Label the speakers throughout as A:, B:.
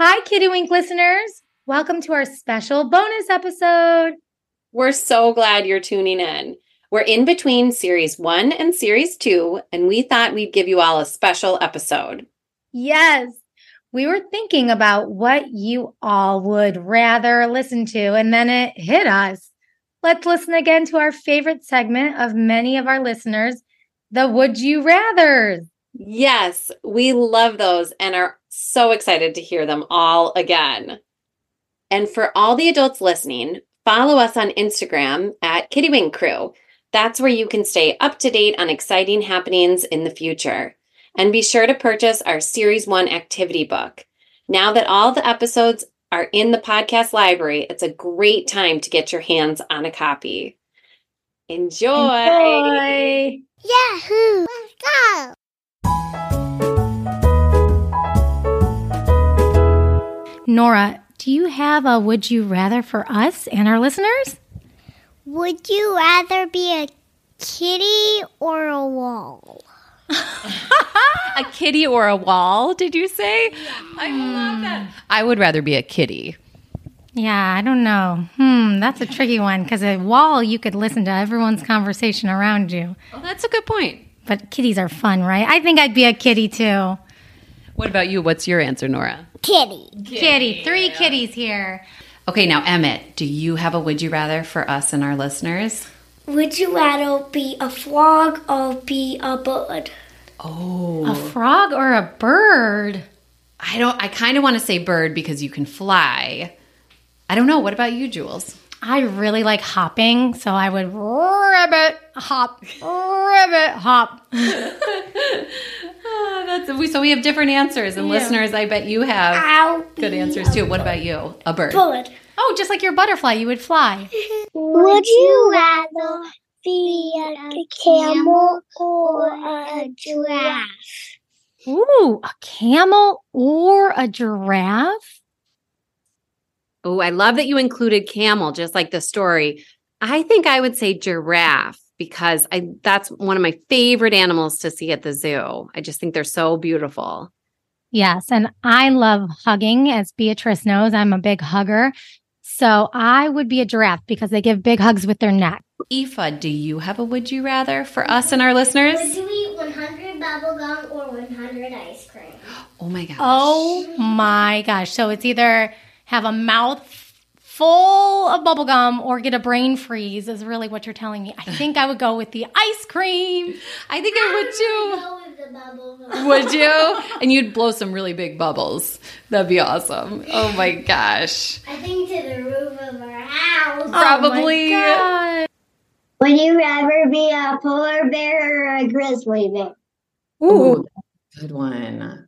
A: Kiddywink listeners. Welcome to our special bonus episode.
B: We're so glad you're tuning in. We're in between series one and series two, and we thought we'd give you all a special episode.
A: Yes, we were thinking about what you all would rather listen to, and then it hit us. Let's listen again to our favorite segment of many of our listeners, the Would You Rathers.
B: Yes, we love those and are so excited to hear them all again. And for all the adults listening, follow us on Instagram at Kittywink Crew. That's where you can stay up to date on exciting happenings in the future. And be sure to purchase our Series 1 activity book. Now that all the episodes are in the podcast library, it's a great time to get your hands on a copy. Enjoy.
A: Enjoy.
C: Yahoo! Let's go!
A: Nora, do you have a Would You Rather for us and our listeners?
C: Would you rather be a kitty or a wall?
D: a kitty or a wall, did you say? I love that. I would rather be a kitty.
A: Yeah, I don't know. Hmm, that's a tricky one because a wall, you could listen to everyone's conversation around you.
D: Well, that's a good point.
A: But kitties are fun, right? I think I'd be a kitty too.
D: What about you? What's your answer, Nora?
C: Kitty.
A: Kitty, three kitties here.
D: Okay, now Emmett, do you have a would you rather for us and our listeners?
E: Would you rather be a frog or be a bird?
A: A frog or a bird?
D: Um, I don't I kind of want to say bird because you can fly. I don't know. What about you, Jules?
A: I really like hopping, so I would ribbit hop, ribbit hop.
D: Oh, that's we so we have different answers and listeners, I bet you have
E: Ow.
D: good answers too. What about you? A bird.
E: Bird.
A: Oh, just like your butterfly, you would fly.
C: Would you rather
E: Be
C: a camel or a giraffe?
A: Ooh, a camel or a giraffe?
B: Oh, I love that you included camel, just like the story. I think I would say giraffe because I that's one of my favorite animals to see at the zoo. I just think they're so beautiful.
A: Yes, and I love hugging, as Beatrice knows. I'm a big hugger. So I would be a giraffe because they give big hugs with their neck.
D: Aoife, do you have a would you rather for us and our listeners?
E: you eat 100 bubblegum or 100 ice cream?
D: Oh my gosh.
A: Oh my gosh. So it's either have a mouth full of bubblegum or get a brain freeze, is really what you're telling me. I think I would go with the ice cream.
D: I think I
E: Go with the bubblegum.
D: would too. Would you? And you'd blow some really big bubbles. That'd be awesome. Oh my gosh.
E: I think to the roof of our
A: Oh
E: house.
D: Probably.
C: Would you rather be a polar bear or a grizzly bear?
D: Ooh, good one.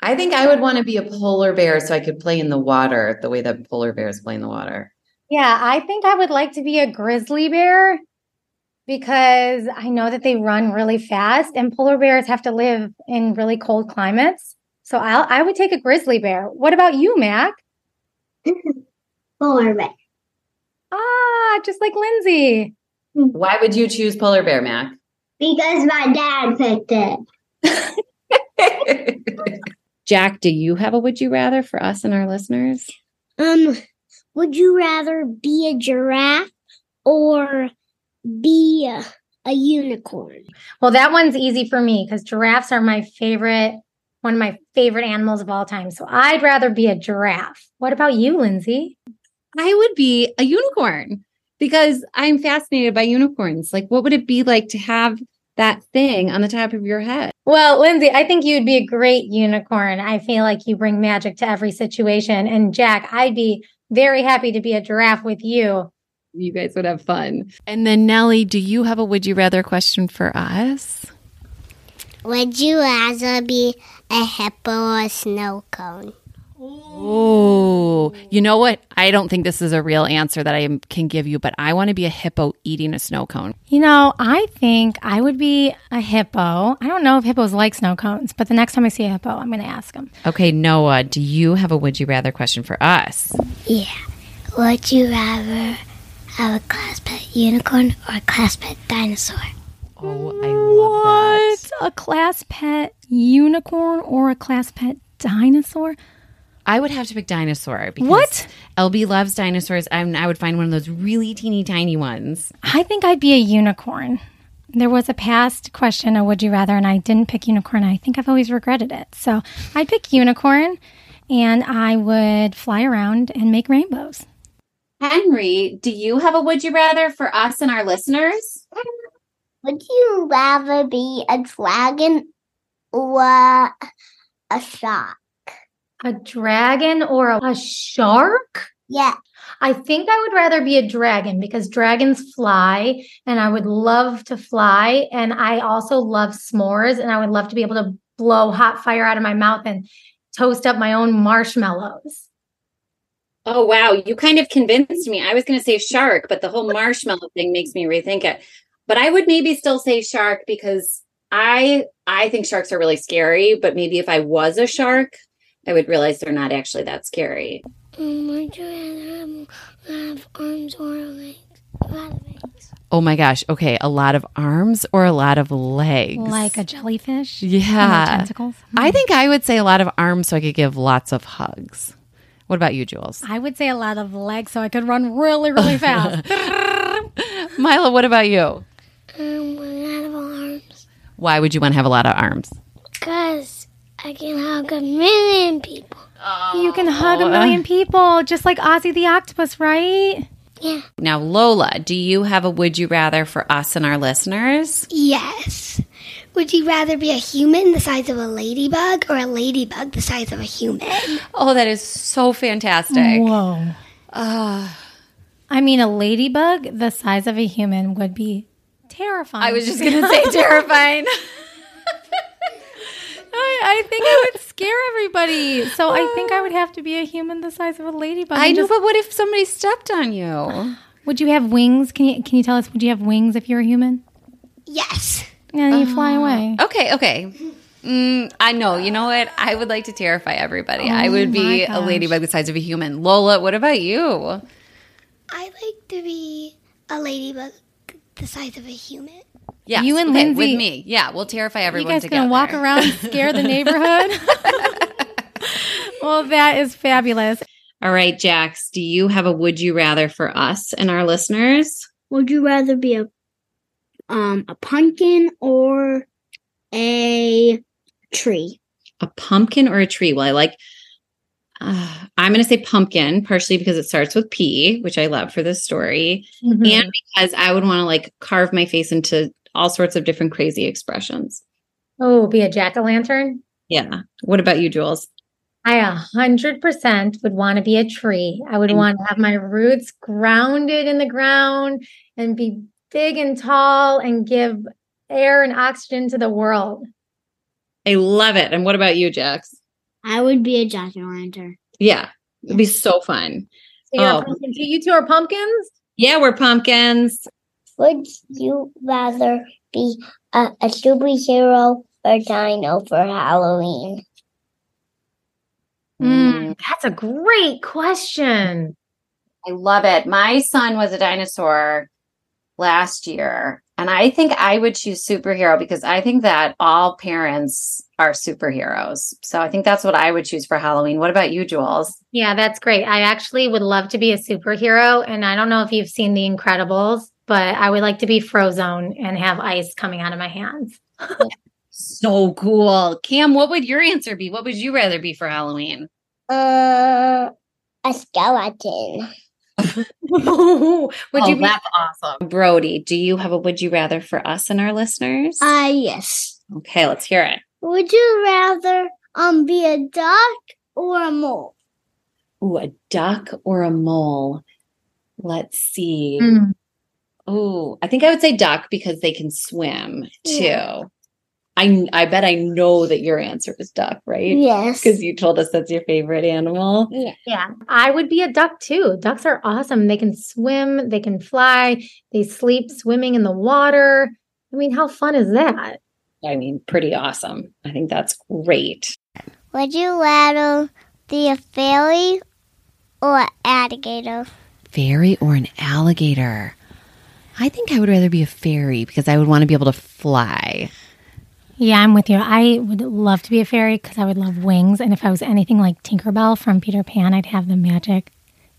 D: I think I would want to be a polar bear so I could play in the water the way that polar bears play in the water.
A: Yeah, I think I would like to be a grizzly bear because I know that they run really fast and polar bears have to live in really cold climates. So I'll, I would take a grizzly bear. What about you, Mac?
C: Polar bear.
A: Ah, just like Lindsay.
D: Why would you choose polar bear, Mac?
C: Because my dad picked it.
D: Jack, do you have a would you rather for us and our listeners?
C: Um, would you rather be a giraffe or be a, a unicorn?
A: Well, that one's easy for me because giraffes are my favorite, one of my favorite animals of all time. So I'd rather be a giraffe. What about you, Lindsay?
B: I would be a unicorn because I'm fascinated by unicorns. Like what would it be like to have that thing on the top of your head?
A: Well, Lindsay, I think you'd be a great unicorn. I feel like you bring magic to every situation. And Jack, I'd be very happy to be a giraffe with you.
B: You guys would have fun.
D: And then Nellie, do you have a would you rather question for us?
C: Would you rather be a hippo or a snow cone?
D: Oh, you know what? I don't think this is a real answer that I am- can give you, but I want to be a hippo eating a snow cone.
A: You know, I think I would be a hippo. I don't know if hippos like snow cones, but the next time I see a hippo, I'm going to ask him.
D: Okay, Noah, do you have a would you rather question for us?
C: Would you rather have a class pet unicorn or a class pet dinosaur?
D: Oh, I love that.
A: a class pet unicorn or a class pet dinosaur?
F: I would have to pick dinosaur because
G: What?
F: LB loves dinosaurs, and I would find one of those really teeny tiny ones.
G: I think I'd be a unicorn. There was a past question, a would you rather, and I didn't pick unicorn. I think I've always regretted it. So I'd pick unicorn and I would fly around and make rainbows.
B: Henry, do you have a would you rather for us and our listeners?
C: Would you rather be a dragon or a shark?
A: A dragon or a, a shark?
C: Yeah.
A: I think I would rather be a dragon because dragons fly and I would love to fly. And I also love s'mores and I would love to be able to blow hot fire out of my mouth and toast up my own marshmallows.
B: Oh, wow. You kind of convinced me. I was going to say shark, but the whole marshmallow thing makes me rethink it. But I would maybe still say shark because I I think sharks are really scary, but maybe if I was a shark, I would realize they're not actually that scary.
E: Mm, Would you rather have, have arms or legs? Rather legs.
F: Oh my gosh. Okay. A lot of arms or a lot of legs?
G: Like a jellyfish. And their
F: Yeah.
G: tentacles. Hmm.
F: I think I would say a lot of arms so I could give lots of hugs. What about you, Jules?
G: I would say a lot of legs so I could run really, really fast.
F: Milo, what about you?
E: Um, rather have arms.
F: Why would you want to have a lot of arms?
E: Because I can hug a million people.
G: you can hug
F: Oh, uh.
G: a million people, just like Ozzy the Octopus, right?
F: Now, Lola, do you have a would you rather for us and our listeners?
E: Yes. Would you rather be a human the size of a ladybug or a ladybug the size of a human?
F: Oh, that is so fantastic.
G: Whoa. Ah. I mean, a ladybug the size of a human would be terrifying.
F: I was just going to say terrifying.
G: I, I think I would scare everybody. So I think I would have to be a human the size of a ladybug.
F: I
G: And
F: know,
G: just-
F: but what if somebody stepped on you?
G: Would you have wings? Can you can you tell us? Would you have wings if you're a human? Ah.
E: Yes.
G: And you fly away.
F: Okay, okay. Mm, I know. You know what? I would like to terrify everybody. I would be a ladybug the size of a human. Lola, what about you?
E: I like to be a ladybug the size of a human.
F: Yeah,
G: You and Lindsay-
F: with me. Yeah, we'll terrify
G: You
F: everyone.
G: guys
F: together.
G: gonna walk around and scare the neighborhood? well, that is fabulous.
B: All right, Jax, do you have a would you rather for us and our listeners?
C: Would you rather be a um a pumpkin or a tree?
B: a pumpkin or a tree? Well, I like. Uh, I'm going to say pumpkin, partially because it starts with P, which I love for this story,
A: Mm-hmm.
B: and because I would want to like carve my face into all sorts of different crazy expressions.
A: Oh, be a jack o' lantern.
B: Yeah. What about you, Jules?
A: I a hundred percent would want to be a tree. I would
B: And-
A: want to have my roots grounded in the ground and be big and tall and give air and oxygen to the world.
B: I love it. And what about you, Jax?
C: I would be a jack o' lantern.
B: Yeah, it'd be so fun.
A: So you're a
B: Oh.
A: pumpkin too. You two are pumpkins.
B: Yeah, we're pumpkins.
C: Would you rather be a, a superhero or dino for Halloween?
A: Mm, that's a great question.
D: I love it. My son was a dinosaur last year, and I think I would choose superhero because I think that all parents are superheroes. So I think that's what I would choose for Halloween. What about you, Jules?
A: Yeah, that's great. I actually would love to be a superhero, and I don't know if you've seen The Incredibles, but I would like to be Frozone and have ice coming out of my hands.
B: So cool. Cam, what would your answer be? What would you rather be for Halloween?
C: Uh, a skeleton.
A: would
D: Oh,
A: you be
B: awesome. Brody, do you have a would you rather for us and our listeners?
D: Uh,
C: Ah, yes.
B: okay, let's hear it.
C: Would you rather um be a duck or a mole?
B: Ooh, a duck or a mole? Let's see.
A: Mm.
B: Ooh, I think I would say duck because they can swim too.
E: Yeah.
B: I I bet I know that your answer is duck, right?
C: Yes.
B: Because you told us that's your favorite animal.
A: Yeah, I would be a duck too. Ducks are awesome. They can swim, they can fly, they sleep swimming in the water. I mean, how fun is that?
B: I mean, pretty awesome. I think that's great.
E: Would you rather be a fairy or alligator?
F: Fairy or an alligator? I think I would rather be a fairy because I would want to be able to fly.
G: Yeah, I'm with you. I would love to be a fairy because I would love wings. And if I was anything like Tinkerbell from Peter Pan, I'd have the magic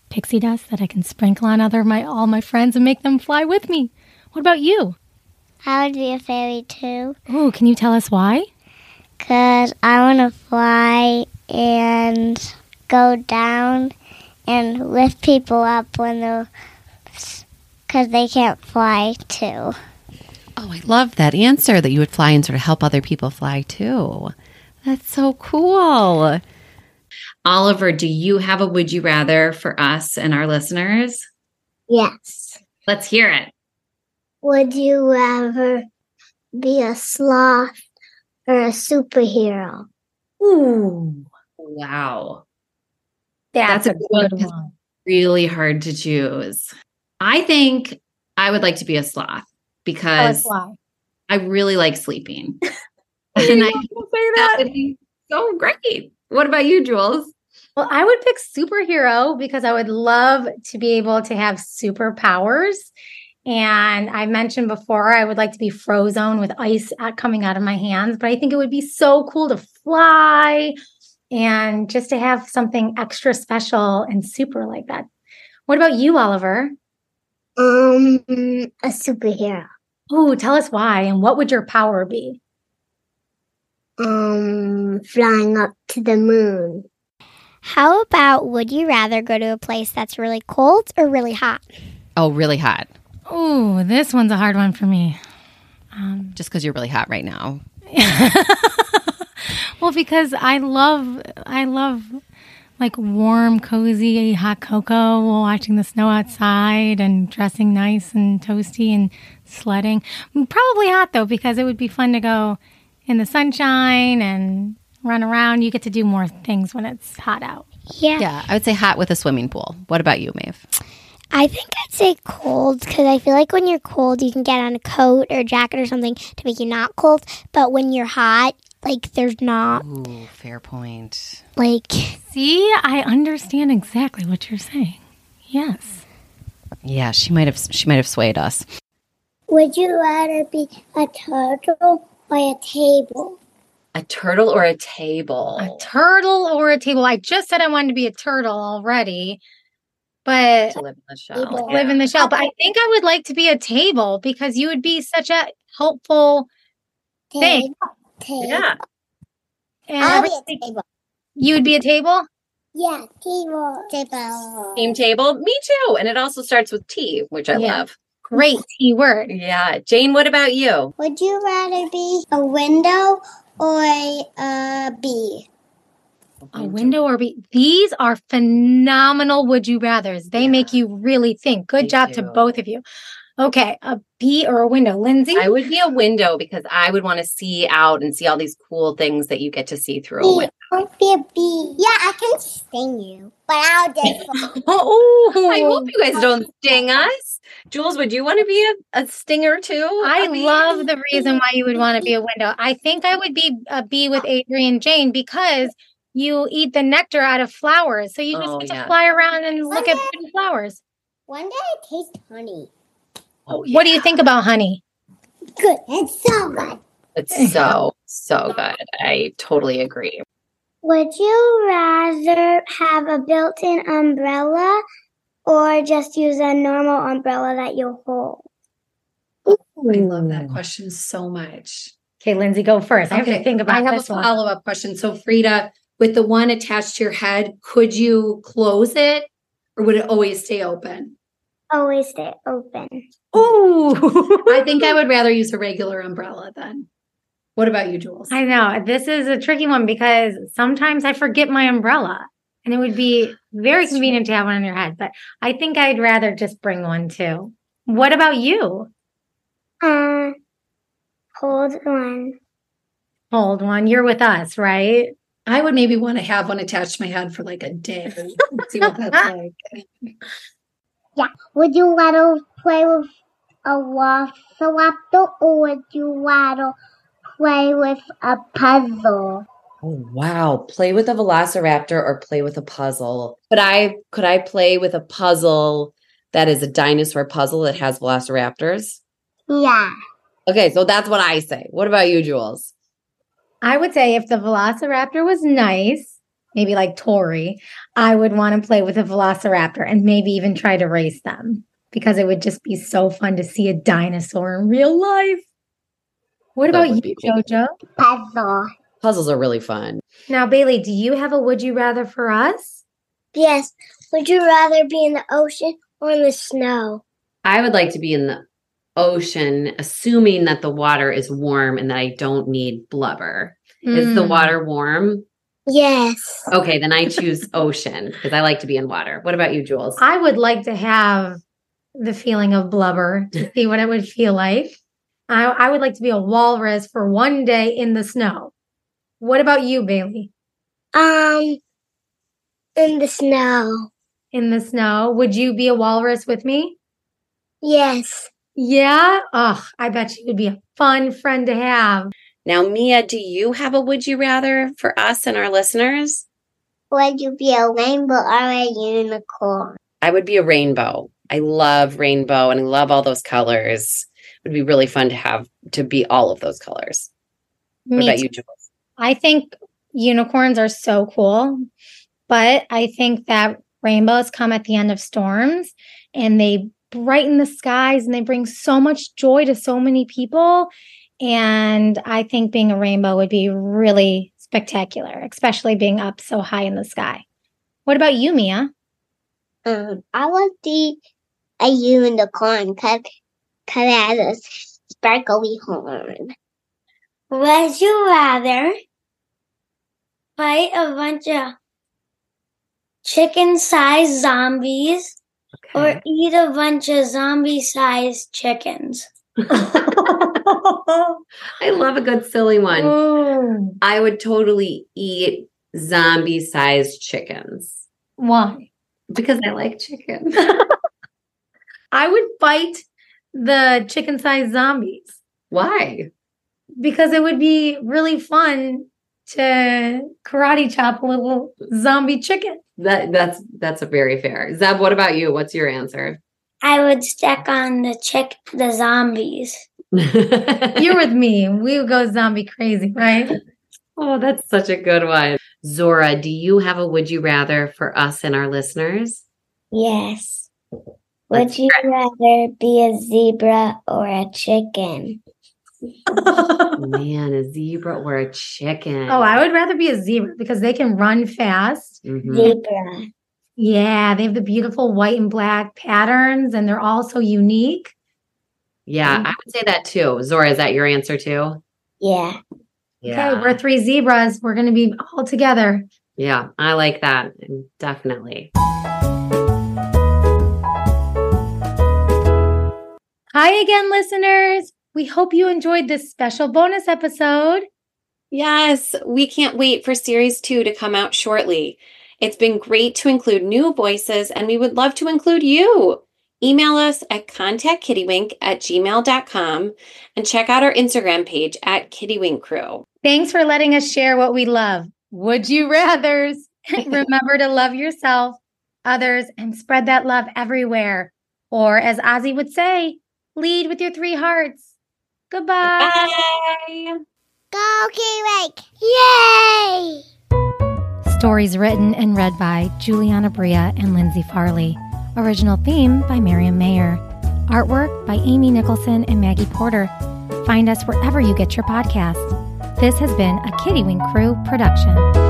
G: pixie dust that I can sprinkle on other my all my friends and make them fly with me. What about you?
H: I would be a fairy too
G: Oh, can you tell us why?
H: because I want to fly and go down and lift people up when they're because they can't fly too.
B: Oh, I love that answer that you would fly and sort of help other people fly too. That's so cool.
D: Oliver, do you have a would you rather for us and our listeners?
C: Yes.
D: Let's hear it.
C: Would you rather be a sloth or a superhero?
A: Ooh,
D: Wow.
A: that's,
D: That's a
A: a
D: good
A: good one.
D: Really hard to choose. I think I would like to be a sloth
A: Tell us
D: because
A: why.
D: I really like sleeping. and I
A: Say
D: that would be so great. What about you, Jules?
A: Well, I would pick superhero because I would love to be able to have superpowers. And I mentioned before, I would like to be frozen with ice out- coming out of my hands, but I think it would be so cool to fly and just to have something extra special and super like that. What about you, Oliver?
C: Um, a superhero.
A: Oh, tell us why and what would your power be?
C: Um, flying up to the moon.
H: How about would you rather go to a place that's really cold or really hot?
B: Oh, really hot.
G: Ooh, this one's a hard one for me. Um,
B: Just because you're really hot right now.
G: well, because I love, I love like warm, cozy, hot cocoa, watching the snow outside and dressing nice and toasty and sledding. Probably hot though, because it would be fun to go in the sunshine and run around. You get to do more things when it's hot out.
H: Yeah.
B: Yeah, I would say hot with a swimming pool. What about you, Maeve?
H: I think I'd say cold because I feel like when you're cold, you can get on a coat or a jacket or something to make you not cold. But when you're hot, like there's not
B: Ooh, fair point.
H: like
G: See, I understand exactly what you're saying. Yes.
B: Yeah, she might have she might have swayed us.
C: Would you rather be a turtle or a table?
D: A turtle or a table?
A: A turtle or a table? I just said I wanted to be a turtle already, but
D: To live in the shell.
C: Table.
D: yeah.
A: live in the shell. Oh, But I think I would like to be a table because you would be such a helpful thing.
C: Table.
D: Yeah.
A: And
C: I'll be
A: every-
C: a table.
A: you would be a table.
C: Yeah, table. Table.
D: Team table. Me too. And it also starts with T, which I
A: Yeah.
D: love.
A: Great T word.
D: Yeah. Jane, what about you?
C: Would you rather be a window or a bee?
A: A window or be these are phenomenal would you rathers. They make you really think. Good
D: They
A: job to
D: do.
A: both of you. Okay, a bee or a window. Lindsay,
D: I would be a window because I would want to see out and see all these cool things that you get to see through a window.
C: Don't be a bee. Yeah, I can sting you, but I'll just.
D: Oh, I hope you guys don't sting us. Jules, would you want to be a, a stinger too?
A: I
D: A bee?
A: love the reason why you would want to be a window. I think I would be a bee with Adrian Jane because you eat the nectar out of flowers. So you just
D: Oh,
A: get to
D: yeah.
A: fly around and look at pretty flowers.
C: One day I taste honey.
D: Oh,
A: What do you think about honey?
C: Good. It's so good.
D: It's so, so good. I totally agree.
H: Would you rather have a built in umbrella or just use a normal umbrella that you hold?
I: I love that question so much.
A: Okay, Lindsay, go first. I have
I: Okay,
A: to think about
I: I have
A: this
I: a
A: one.
I: follow up question. So, Frida, with the one attached to your head, could you close it or would it always stay open?
H: Always stay open.
A: Ooh.
I: I think I would rather use a regular umbrella then. What about you, Jules?
A: I know. This is a tricky one because sometimes I forget my umbrella and it would be very convenient to have one on your head, but I think I'd rather just bring one too. What about you?
H: Uh, hold one.
A: Hold one. You're with us, right?
I: I would maybe want to have one attached to my head for like a day. and see what that's like.
H: Would you rather play with a velociraptor or would you rather play with a puzzle?
B: Oh wow. Play with a velociraptor or play with a puzzle. But I could I play with a puzzle that is a dinosaur puzzle that has velociraptors?
H: Yeah.
B: Okay, so that's what I say. What about you, Jules?
A: I would say if the velociraptor was nice, maybe like Tori, I would want to play with a velociraptor and maybe even try to race them because it would just be so fun to see a dinosaur in real life. What
J: That
A: about
J: would
A: you,
J: be cool.
A: Jojo?
C: Puzzle.
J: Puzzles are really fun.
A: Now, Bailey, do you have a would you rather for us?
C: Yes. Would you rather be in the ocean or in the snow?
D: I would like to be in the ocean, assuming that the water is warm and that I don't need blubber. Is
B: Hmm.
A: Hmm.
D: the
C: Mm.
D: water warm?
C: Yes.
D: Okay, then I choose ocean because I like to be in water. What about you, Jules?
A: I would like to have the feeling of blubber to see what it would feel like. I, I would like to be a walrus for one day in the snow. What about you, Bailey?
C: Um, in the snow.
A: In the snow, would you be a walrus with me?
C: Yes.
A: Yeah. Oh, I bet you would be a fun friend to have.
B: Now, Mia, do you have a would you rather for us and our listeners?
C: Would you be a rainbow or a unicorn?
B: I would be a rainbow. I love rainbow and I love all those colors. It would be really fun to have to be all of those colors. What
A: Me
B: about
A: too.
B: you, Jules?
A: I think unicorns are so cool, but I think that rainbows come at the end of storms and they brighten the skies and they bring so much joy to so many people. And I think being a rainbow would be really spectacular, especially being up so high in the sky. What about you, Mia?
C: Um, I would be a unicorn because it has a sparkly horn. Would you rather fight a bunch of chicken-sized zombies or eat a bunch of zombie-sized chickens?
D: I love a good silly one.
A: Mm.
D: I would totally eat zombie sized chickens
A: Why?
D: because I like chicken.
A: I would fight the chicken sized zombies.
D: Why?
A: because it would be really fun to karate chop a little zombie chicken.
D: That that's that's a very fair. Zeb, what about you? What's your answer?
C: I would stack on the chick the zombies.
A: You're with me. We would go zombie crazy, right?
D: Oh, that's such a good one. Zora, do you have a would you rather for us and our listeners?
C: Yes. Would you rather be a zebra or a chicken?
D: Man, a zebra or a chicken.
A: Oh, I would rather be a zebra because they can run fast.
D: Mhm.
C: Zebra.
A: Yeah, they have the beautiful white and black patterns and they're all so unique.
D: Yeah,
A: Mm.
D: I would say that too. Zora, is that your answer too?
C: Yeah.
A: Okay, we're three zebras. We're going to be all together.
D: Yeah, I like that. Definitely.
A: Hi again, listeners. We hope you enjoyed this special bonus episode.
B: Yes, we can't wait for series two to come out shortly. It's been great to include new voices, and we would love to include you. Email us at contactkittywink at gmail.com and check out our Instagram page at Kittywink Crew.
A: Thanks for letting us share what we love. Would you rathers? Remember to love yourself, others, and spread that love everywhere. Or as Ozzy would say, lead with your three hearts. Goodbye.
B: Bye.
C: Go Kiwi! Yay!
K: Stories written and read by Juliana Bria and Lindsay Farley. Original theme by Miriam Mayer. Artwork by Amy Nicholson and Maggie Porter. Find us wherever you get your podcast. This has been a Kitty Wing Crew production.